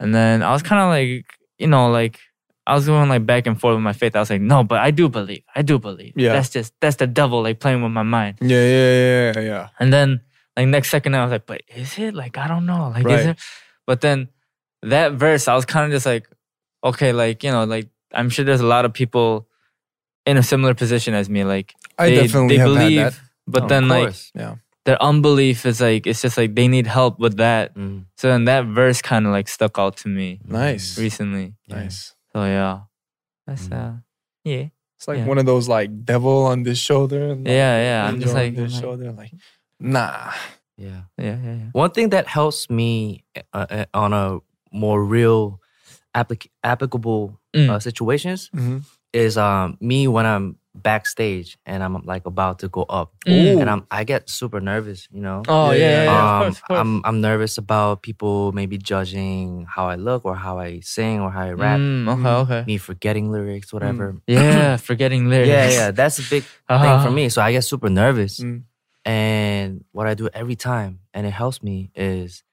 S4: And then I was kind of like, you know, like I was going like back and forth with my faith. I was like, no, but I do believe, I do believe.
S5: Yeah.
S4: that's just that's the devil like playing with my mind.
S5: Yeah, yeah, yeah, yeah.
S4: And then like next second, I was like, but is it like I don't know, like is
S5: Right.
S4: it? But then that verse, I was kind of just like, okay, like you know, like I'm sure there's a lot of people in a similar position as me. Like
S5: I definitely have had that.
S4: but
S5: Oh, Of
S4: then like
S5: course, yeah.
S4: their unbelief is like it's just like they need help with that.
S6: Mm,
S4: So then that verse kind of like stuck out to me.
S5: Nice. Mm.
S4: Recently.
S5: Nice.
S4: So yeah, that's uh yeah.
S5: It's like
S4: Yeah.
S5: one of those like devil on this shoulder. And, like,
S4: Yeah, yeah, I'm
S5: angel
S4: just
S5: on
S4: like-
S5: this shoulder. Like, nah.
S6: Yeah.
S4: Yeah, yeah, yeah.
S6: One thing that helps me uh, uh, on a more real, applic- applicable
S4: Mm.
S6: uh, situations
S5: Mhm.
S6: is um, me when I'm backstage and I'm like about to go up,
S4: Mm.
S6: and I'm I get super nervous. You know.
S4: Oh, yeah, yeah, yeah, of
S6: Um,
S4: course, of course.
S6: I'm I'm nervous about people maybe judging how I look or how I sing or how I rap.
S4: Mm, okay, okay.
S6: Me forgetting lyrics, whatever.
S4: Yeah, forgetting lyrics.
S6: Yeah, yeah, that's a big thing
S4: Uh-huh.
S6: for me. So I get super nervous.
S5: Mm.
S6: And what I do every time, and it helps me, is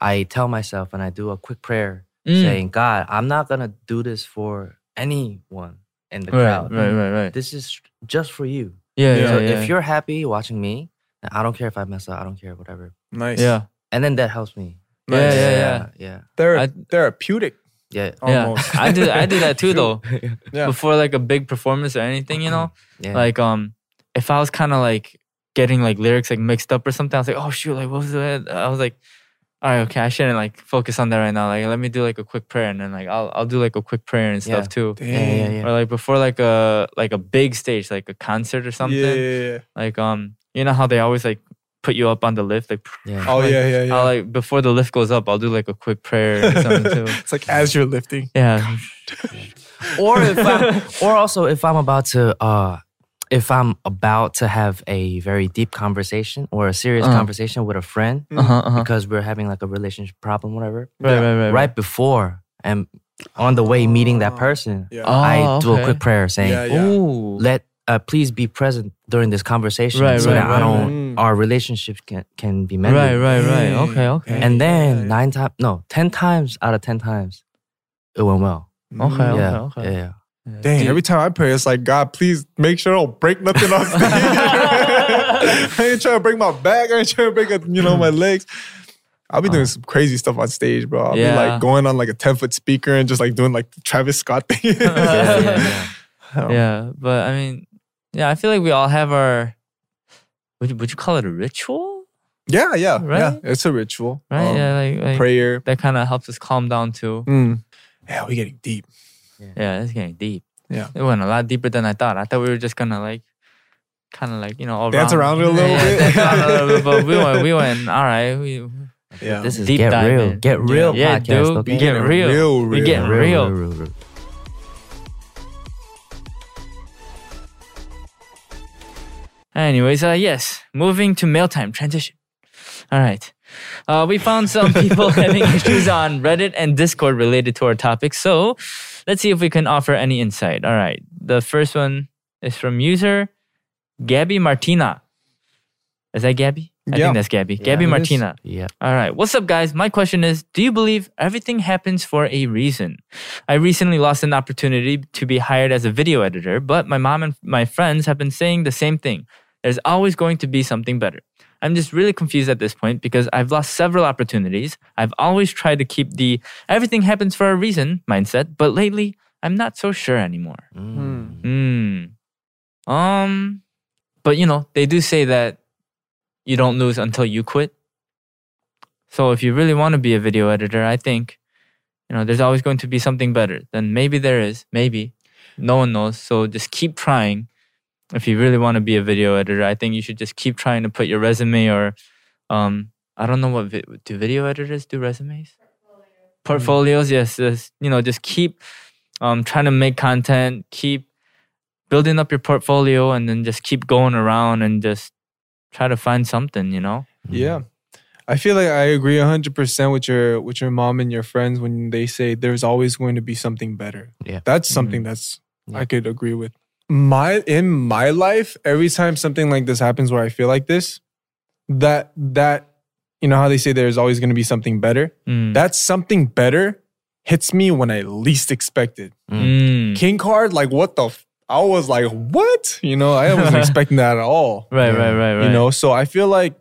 S6: I tell myself and I do a quick prayer
S4: Mm.
S6: saying, God, I'm not going to do this for anyone in the
S4: Right,
S6: crowd.
S4: right, right, right.
S6: This is just for you.
S4: Yeah, yeah,
S6: So
S4: yeah, yeah.
S6: if you're happy watching me, then I don't care if I mess up, I don't care, whatever.
S5: Nice.
S4: Yeah.
S6: And then that helps me.
S4: Yeah,
S6: Nice.
S4: yeah, yeah.
S6: Yeah.
S5: Thera-
S4: I-
S5: therapeutic.
S6: Yeah.
S5: Almost.
S4: Yeah. I do I do that too though.
S5: Yeah.
S4: Before like a big performance or anything, you know?
S6: Yeah.
S4: Like um if I was kinda like getting like lyrics like mixed up or something, I was like, oh shoot, like what was that? I was like, all right, okay, I shouldn't like focus on that right now. Like let me do like a quick prayer and then like I'll I'll do like a quick prayer and stuff
S6: Yeah.
S4: too.
S6: Yeah, yeah, yeah.
S4: Or like before like a like a big stage, like a concert or something.
S5: Yeah, yeah, yeah.
S4: Like um you know how they always like put you up on the lift like
S6: Yeah.
S5: Oh, yeah, yeah, yeah.
S4: I'll like before the lift goes up I'll do like a quick prayer or something too
S5: it's like as you're lifting.
S4: yeah
S6: or if I, or also if I'm about to uh if I'm about to have a very deep conversation or a serious
S4: Uh-huh.
S6: conversation with a friend
S4: Uh-huh, uh-huh.
S6: because we're having like a relationship problem whatever
S4: Right, right, right, right.
S6: before and on the way meeting that person
S5: Ah. Yeah.
S6: I
S4: Oh,
S6: do a
S4: okay.
S6: quick prayer saying
S5: Yeah, yeah.
S4: Ooh.
S6: let uh, please be present during this conversation
S4: Right,
S6: so
S4: right,
S6: that I
S4: right,
S6: don't our relationship can, can be mended
S4: Right, right, right.
S5: Mm.
S4: Okay, okay.
S6: and then nine times no ten times out of ten times it went well
S4: Oh, Okay,
S6: yeah
S4: okay,
S6: yeah,
S4: okay.
S6: yeah.
S5: Dang, every time I pray, it's like, God, please make sure I don't break nothing off. me." I ain't trying to break my back. I ain't trying to break, a, you know, my
S4: Hmm.
S5: legs. I'll be doing some crazy stuff on stage, bro. I'll be
S4: Uh-huh. Yeah.
S5: like going on like a 10 foot speaker and just like doing like the Travis Scott thing.
S6: yeah, yeah, yeah.
S5: Oh.
S4: yeah but I mean yeah I feel like we all have our would you, would you call it a ritual
S5: yeah, yeah, yeah.
S4: Right?
S5: It's a ritual.
S4: right
S5: Um,
S4: yeah like, like
S5: prayer.
S4: that kind of helps us calm down too
S5: Mm. Yeah, we're getting deep.
S4: yeah it's getting deep
S5: Mm. Yeah.
S4: it went a lot deeper than I thought I thought we were just gonna like kind of like you know all
S5: Dance around it a little
S4: Yeah,
S5: bit.
S4: dance around a little bit but we went we went all right we
S5: Yeah.
S6: This is
S4: Deep
S6: get
S4: dive
S6: real.
S4: in.
S6: Get real
S4: yeah
S6: podcast.
S4: dude
S6: okay?
S4: we get real,
S5: real,
S4: we
S5: real.
S4: get real.
S6: real, real, real.
S4: Anyways, uh, yes, moving to mail time transition. All right. Uh, we found some people having issues on Reddit and Discord related to our topic. So let's see if we can offer any insight. All right. The first one is from user Gabby Martina. Is that Gabby? I
S5: Yeah.
S4: think that's Gabby. Gabby
S5: it is.
S4: Martina.
S6: Yeah.
S4: All right. What's up, guys? My question is Do you believe everything happens for a reason? I recently lost an opportunity to be hired as a video editor, but my mom and my friends have been saying the same thing. There's always going to be something better. I'm just really confused at this point because I've lost several opportunities. I've always tried to keep the everything happens for a reason mindset, but lately I'm not so sure anymore.
S6: Mm.
S4: Hmm. Um, but you know, they do say that you don't lose until you quit. So if you really want to be a video editor, I think, you know, there's always going to be something better. Then maybe there is, maybe. No one knows. So just keep trying. If you really want to be a video editor, I think you should just keep trying to put your resume or, um, I don't know what vi- do video editors do resumes, portfolios. Yes, yes. You know, just keep um, trying to make content. Keep building up your portfolio, and then just keep going around and just try to find something. You know.
S5: Yeah. I feel like I agree 100% with your with your mom and your friends when they say there's always going to be something better.
S6: Yeah.
S4: Mm-hmm.
S5: That's something that's I could agree with. My in my life, every time something like this happens where I feel like this, that that you know how they say there's always going to be something better?
S4: Mm.
S5: That something better hits me when I least expect it.
S4: Mm.
S5: King card like what the f- I was like, "What?" You know, I wasn't expecting that at all.
S4: Right, right, right, right.
S5: You know, so I feel like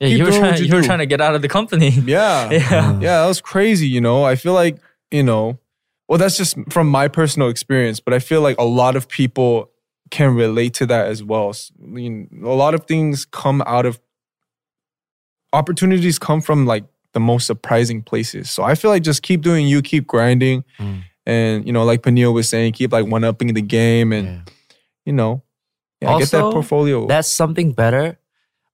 S4: yeah,
S5: keep
S4: you were
S5: doing what
S4: trying.
S5: you
S4: You, were
S5: do.
S4: trying to get out of the company.
S5: yeah.
S4: yeah.
S5: Yeah, that was crazy. You know, I feel like, you know, well, that's just from my personal experience, but I feel like a lot of people can relate to that as well. S- I mean, a lot of things come out of opportunities come from like the most surprising places. So I feel like just keep doing you, keep grinding.
S6: Mm.
S5: And, you know, like Peniel was saying, keep like one upping the game and,
S6: Yeah.
S5: you know, yeah,
S6: also,
S5: get that portfolio.
S6: That's something better.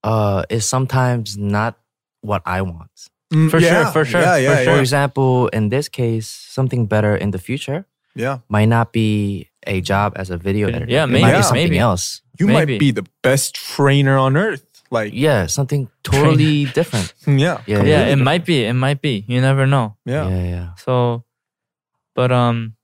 S6: Uh, is sometimes not what I want.
S5: Mm, For sure, yeah, for sure, yeah, yeah,
S6: for,
S5: yeah.
S6: example, in this case, something better in the future
S5: yeah.
S6: might not be a job as a video editor.
S5: yeah,
S6: It
S5: maybe,
S6: might
S5: yeah.
S6: be something
S5: maybe.
S6: else.
S5: You might Maybe. be the best trainer on earth. Like
S6: yeah, something totally different.
S5: Yeah.
S4: yeah,
S6: Yeah, yeah.
S4: it might be. It might be. You never know.
S5: Yeah.
S6: Yeah, yeah.
S4: So, but um,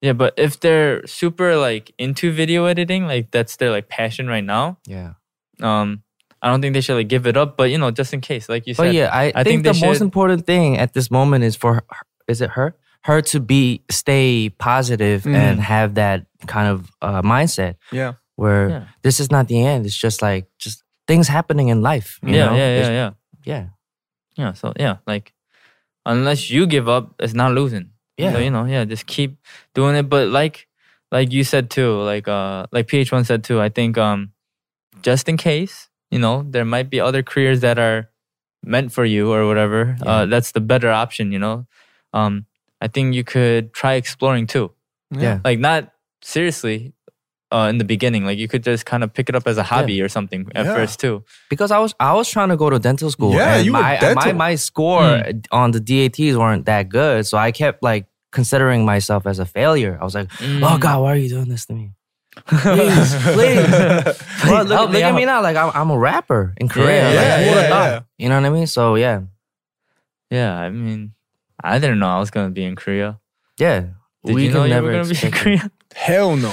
S4: yeah. But if they're super like into video editing, like that's their like passion right now.
S6: Yeah.
S4: Um, I don't think they should like give it up. But you know, just in case, like you
S5: Oh,
S4: said.
S6: But yeah, I, think, the
S4: they
S6: most
S4: should-
S6: important thing at this moment is for her, is it her her to be stay positive
S4: Mhm.
S6: and have that kind of uh, mindset
S5: Yeah.
S6: where
S4: Yeah.
S6: this is not the end. It's just like just things happening in life. you
S4: yeah,
S6: know?
S4: yeah, yeah,
S6: It's-
S4: yeah,
S6: yeah.
S4: Yeah. So yeah, like unless you give up, it's not losing.
S6: Yeah.
S4: So, you know, yeah, just keep doing it. But like like you said too, like uh like PH1 said too, I think um just in case, you know, there might be other careers that are meant for you or whatever. Uh that's the better option, you know. Um I think you could try exploring too.
S6: Yeah.
S4: Like not seriously uh in the beginning. Like you could just kind of pick it up as a hobby or something at
S6: Yeah.
S4: first too.
S6: Because I was I was trying to go to dental school.
S4: Yeah,
S6: and
S4: you were
S6: my, my
S4: dental.
S6: my score
S4: Mm.
S6: on the DATs weren't that good, so I kept like considering myself as a failure. I was like, oh
S4: Mm.
S6: God, why are you doing this to me? please, please. Well, look,
S4: help me
S6: look at
S4: out.
S6: me now. Like I'm, I'm a rapper in Korea.
S4: Yeah,
S6: Like,
S4: yeah,
S6: who would've
S4: yeah,
S6: thought?
S4: yeah.
S6: You know what I mean? So yeah,
S4: Yeah, I mean, I didn't know I was gonna be in Korea.
S6: Yeah,
S4: Did
S6: we
S4: you know
S6: can
S4: you
S6: never
S4: were gonna be in
S6: expect it.
S4: Korea?
S5: Hell no.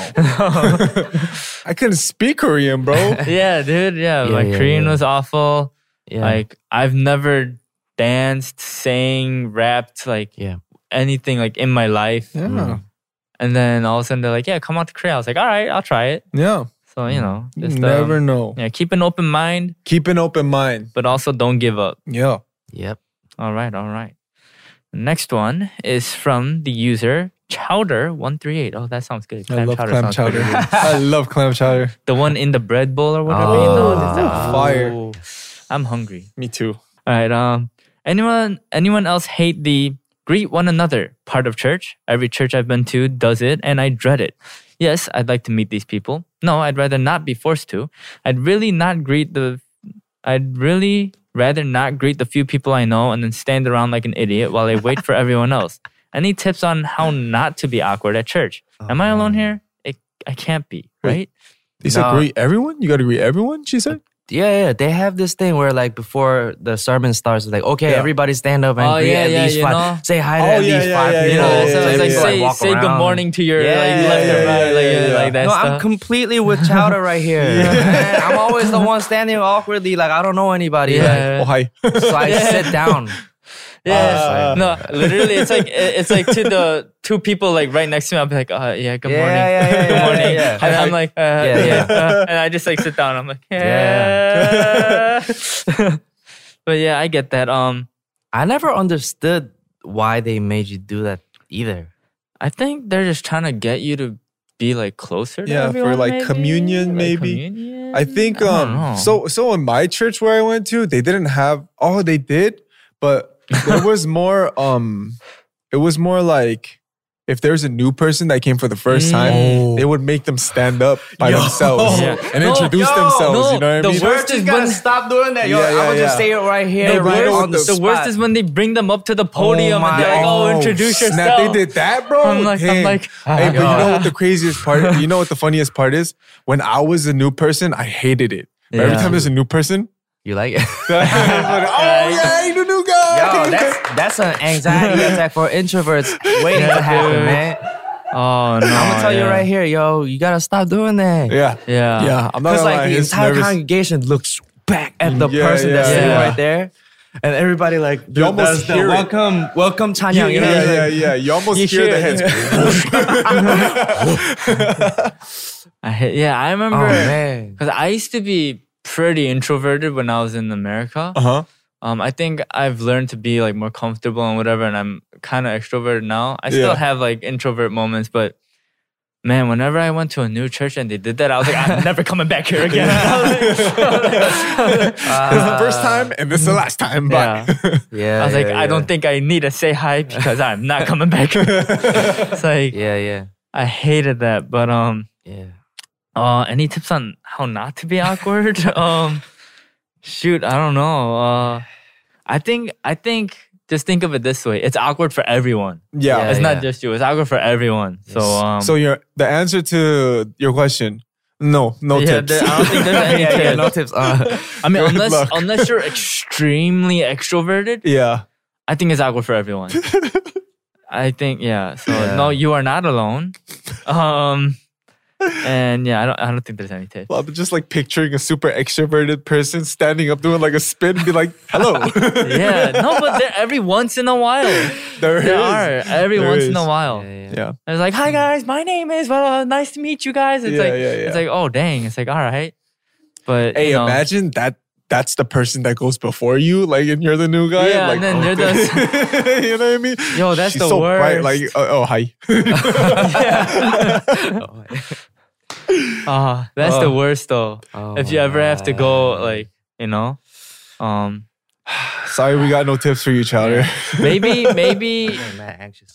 S5: I couldn't speak Korean, bro.
S4: yeah, dude. Yeah,
S5: Yeah,
S4: my
S5: yeah,
S4: Korean
S5: yeah.
S4: was awful.
S6: Yeah.
S4: Like I've never danced, sang, rapped, like
S6: yeah.
S4: anything like in my life.
S5: Yeah. Mm.
S4: And then all of a sudden they're like, "Yeah, come out to Korea." I was like, "All right, I'll try it."
S5: Yeah.
S4: So you know,
S5: You
S4: just,
S5: never
S4: um,
S5: know.
S4: Yeah, keep an open mind.
S5: Keep an open mind,
S4: but also don't give up.
S5: Yeah.
S6: Yep.
S4: All right. All right. Next one is from the user Chowder138. Oh, that sounds good.
S5: I love clam
S4: sounds pretty
S5: chowder.
S4: good.
S5: I love clam chowder.
S4: The one in the bread bowl or whatever. you
S5: Oh.
S4: know, it's like,
S5: fire.
S4: ooh, I'm hungry.
S5: Me too.
S4: All right. Um. Anyone? Anyone else hate the greet one another part of church? Every church I've been to does it, and I dread it. Yes, I'd like to meet these people. No, I'd rather not be forced to. I'd really not greet the. I'd really rather not greet the few people I know and then stand around like an idiot while I wait for everyone else. Any tips on how not to be awkward at church? Am I alone here? It, I can't be, right?
S5: They said
S6: Nah.
S5: greet everyone? You gotta greet everyone, she said?
S6: yeah, yeah. They have this thing where like before the sermon starts, it's like okay,
S5: Yeah.
S6: everybody stand up and
S4: Oh,
S6: greet
S4: yeah,
S6: at
S4: yeah,
S6: least
S4: you
S6: five.
S4: know?
S6: Say hi to
S4: Oh,
S6: at
S4: yeah,
S6: least
S4: yeah,
S6: five
S4: yeah,
S6: people.
S4: yeah, yeah,
S6: So
S4: yeah,
S6: it's like,
S4: yeah,
S6: say-
S4: yeah.
S6: walk
S4: Say good
S6: around.
S4: morning to your, like, left and right, like, yeah, like that
S6: No, I'm
S4: stuff.
S6: completely with Chowder right here. Man, I'm always the one standing awkwardly, like I don't know anybody.
S4: Yeah.
S5: Oh,
S6: Like, Oh, so I
S4: Yeah.
S6: sit down.
S4: Yeah, no, literally, it's like it's like to the two people like right next to me. I'll be like, uh, yeah, good
S6: Yeah,
S4: morning,
S6: yeah, yeah,
S4: good
S6: yeah,
S4: morning,
S6: yeah, yeah.
S4: and I'm like, uh,
S6: Yeah,
S4: yeah,
S6: yeah.
S4: uh, and I just like sit down. I'm like, yeah,
S6: Yeah.
S4: but yeah, I get that. Um,
S6: I never understood why they made you do that either.
S4: I think they're just trying to get you to be like closer. To
S5: Yeah, for
S4: everyone,
S5: like
S4: maybe?
S5: communion,
S4: Like,
S5: maybe.
S4: communion?
S5: I think
S4: I don't
S5: um
S4: know.
S5: so so in my church where I went to, they didn't have oh they did, but there was more um it was more like if there's a new person that came for the first time,
S4: Mm.
S5: they would make them stand up by
S6: Yo.
S5: themselves
S6: Yeah.
S5: and
S6: No,
S5: introduce
S6: yo,
S5: themselves.
S6: no,
S5: you know what I
S6: the
S5: mean?
S6: worst is when- Stop doing that, yo. I would just say it right here,
S4: The,
S6: right
S4: worst,
S6: on the
S4: the worst
S6: spot. Oh
S4: is when they bring them up to the podium
S5: my-
S4: and they're like, "Oh,
S5: oh,
S4: introduce
S5: snap,
S4: yourself."
S5: They did that, bro.
S4: I'm like,
S5: Dang.
S4: I'm like,
S5: hey, but you
S4: "Ah."
S5: know what the craziest part? You know what the funniest part is? When I was a new person, I hated it. But Every
S6: Yeah.
S5: time there's a new person,
S6: you like it.
S5: oh yeah, you the new guy.
S6: Yo, Oh, that's that's an anxiety attack for introverts waiting to happen,
S4: dude.
S6: man.
S4: Oh no!
S6: I'm gonna tell you
S4: yeah.
S6: right here, yo, you gotta stop doing that.
S5: Yeah,
S4: yeah,
S5: yeah. Uh, I'm not gonna
S6: Because like
S5: lie,
S6: the
S5: it's
S6: entire
S5: nervous.
S6: congregation looks back at the
S5: Yeah,
S6: person that's
S5: yeah,
S6: sitting
S5: yeah.
S6: right there, and everybody like
S5: You almost
S6: does the
S5: hear it.
S6: welcome, welcome, Tanya.
S5: Yeah,
S6: you know,
S5: yeah, yeah,
S6: like-
S5: yeah. You almost
S6: You
S5: hear,
S6: hear
S5: the
S6: it.
S5: heads.
S4: I hate, yeah, I remember.
S6: Oh, man.
S4: because I used to be pretty introverted when I was in America.
S6: Oh.
S5: Uh-huh.
S4: Um, I think I've learned to be like more comfortable and whatever, and I'm kind of extroverted now. I still
S5: Yeah.
S4: have like introvert moments, but man, whenever I went to a new church and they did that, I was like, I'm never coming back here again.
S5: "Uh, It's the first time and this is the last time. But
S6: yeah,
S4: I was like,
S6: yeah,
S4: I don't think I need to say hi because I'm not coming back. it's like,
S6: yeah, yeah.
S4: I hated that, but um,
S6: Yeah.
S4: Uh, any tips on how not to be awkward? um, shoot, I don't know. Uh, I think I think just think of it this way: it's awkward for everyone.
S5: Yeah. Yeah,
S4: it's
S5: yeah.
S4: not just you. It's awkward for everyone. So, um,
S5: so your the answer to your question, no, no
S4: yeah,
S5: tips.
S4: there- I don't think there's any
S5: Yeah,
S4: tips.
S5: yeah, no tips. Uh,
S4: I mean,
S5: good
S4: unless
S5: luck.
S4: unless you're extremely extroverted,
S5: yeah,
S4: I think it's awkward for everyone. I think yeah. So
S13: Yeah.
S4: no, you are not alone. Um, and yeah, I don't I don't think there's any tips.
S5: Well, I'm just like picturing a super extroverted person standing up doing like a spin, and be like, "Hello."
S4: yeah, no, but there, every once in a while,
S5: There is.
S4: are every
S5: There
S4: once in a
S5: is.
S4: while.
S5: yeah.
S4: It's like, hi guys, my name is. Uh, nice to meet you guys. It's
S5: Yeah,
S4: like,
S5: yeah,
S4: it's like, oh dang. It's like, all right. But
S5: Hey,
S4: you know,
S5: imagine that. That's the person that goes before you, like, and you're the new guy.
S4: Yeah,
S5: like,
S4: and then
S5: oh,
S4: you're the.
S5: you know what I mean?
S4: Yo, that's
S5: she's
S4: the
S5: so
S4: worst.
S5: bright. Like, oh, oh, hi.
S4: Ah, that's the
S5: Oh.
S4: worst though. if you ever have to go, like, you know, um,
S5: Sorry, we got no tips for you, Chowder.
S4: maybe, maybe,
S6: Mad anxious.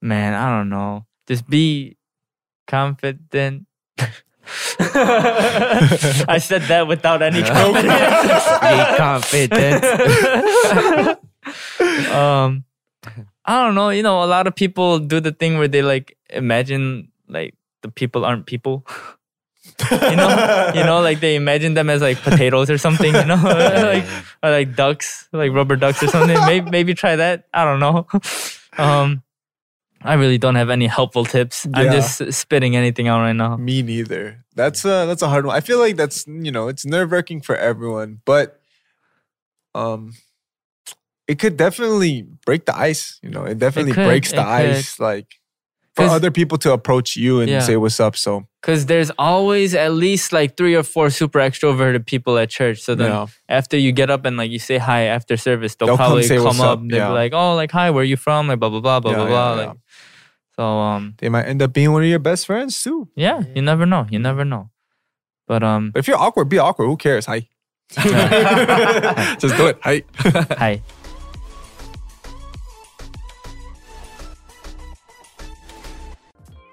S4: man, I don't know. Just be confident. I said that without any confidence.
S6: Be confident.
S4: um, I don't know. You know, a lot of people do the thing where they like imagine like the people aren't people. you know, you know, like they imagine them as like potatoes or something. You know, like or like ducks, like rubber ducks or something. maybe maybe try that. I don't know. um, I really don't have any helpful tips. I'm
S5: Yeah.
S4: just spitting anything out right now.
S5: Me neither. That's a that's a hard one. I feel like that's you know it's nerve wracking for everyone, but um, it could definitely break the ice. You know, it definitely
S4: could,
S5: breaks the
S4: it could.
S5: ice. Like for
S4: 'Cause-
S5: other people to approach you and
S4: Yeah.
S5: say what's up. So
S4: Because there's always at least like three or four super extroverted people at church. So then
S5: Yeah.
S4: after you get up and like you say hi after service, they'll,
S5: They'll come
S4: probably
S5: say
S4: come,
S5: what's
S4: up.
S5: up,
S4: and They'll
S5: yeah.
S4: be like, oh, like, hi, where are you from? Like, blah, blah, blah, blah,
S5: Yeah,
S4: blah,
S5: yeah,
S4: blah.
S5: yeah.
S4: Like, so, um,
S5: they might end up being one of your best friends too.
S4: yeah, you never know. You never know. But, um,
S5: But if you're awkward, be awkward. Who cares? Hi. Just do it. Hi.
S4: hi.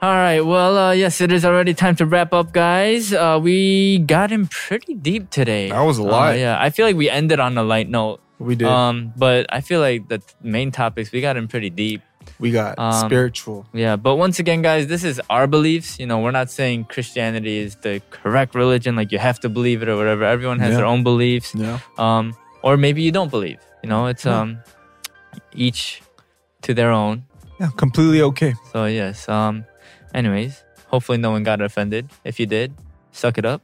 S4: All right. Well, uh, yes, it is already time to wrap up, guys. Uh, we got in pretty deep today.
S5: That was a
S4: Uh,
S5: lot.
S4: yeah, I feel like we ended on a light note.
S5: We did.
S4: Um, but I feel like the t- main topics we got in pretty deep.
S5: We got
S4: Um,
S5: spiritual.
S4: Yeah, but once again, guys, this is our beliefs. You know, we're not saying Christianity is the correct religion, like you have to believe it or whatever. Everyone has
S5: Yeah.
S4: their own beliefs.
S5: Yeah.
S4: Um, or maybe you don't believe. You know, it's
S5: Yeah.
S4: um each to their own.
S5: Yeah. Completely okay.
S4: So yes. Um. Anyways, hopefully no one got offended. If you did, suck it up.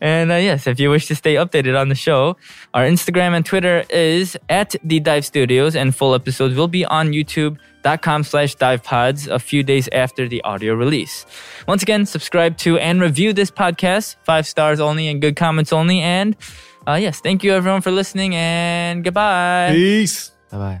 S4: and uh, yes, if you wish to stay updated on the show, our Instagram and Twitter is at the Dive Studios, and full episodes will be on YouTube.com slash dive pods a few days after the audio release. Once again, subscribe to and review this podcast. Five stars only and good comments only. And uh, yes, thank you everyone for listening and goodbye.
S5: Peace.
S6: Bye bye.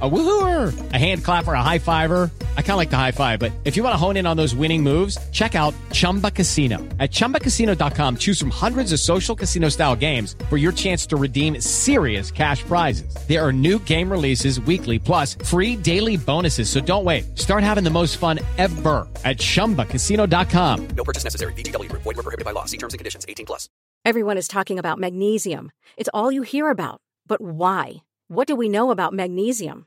S6: a woohooer, a hand clapper, a high fiver. I kind of like the high five, but if you want to hone in on those winning moves, check out Chumba Casino. At chumbacasino.com, choose from hundreds of social casino style games for your chance to redeem serious cash prizes. There are new game releases weekly, plus free daily bonuses. So don't wait. Start having the most fun ever at chumbacasino.com.
S12: No purchase necessary. VGW Group. Void were prohibited by law. See terms and conditions. 18 plus.
S14: Everyone is talking about magnesium. It's all you hear about. But why? What do we know about magnesium?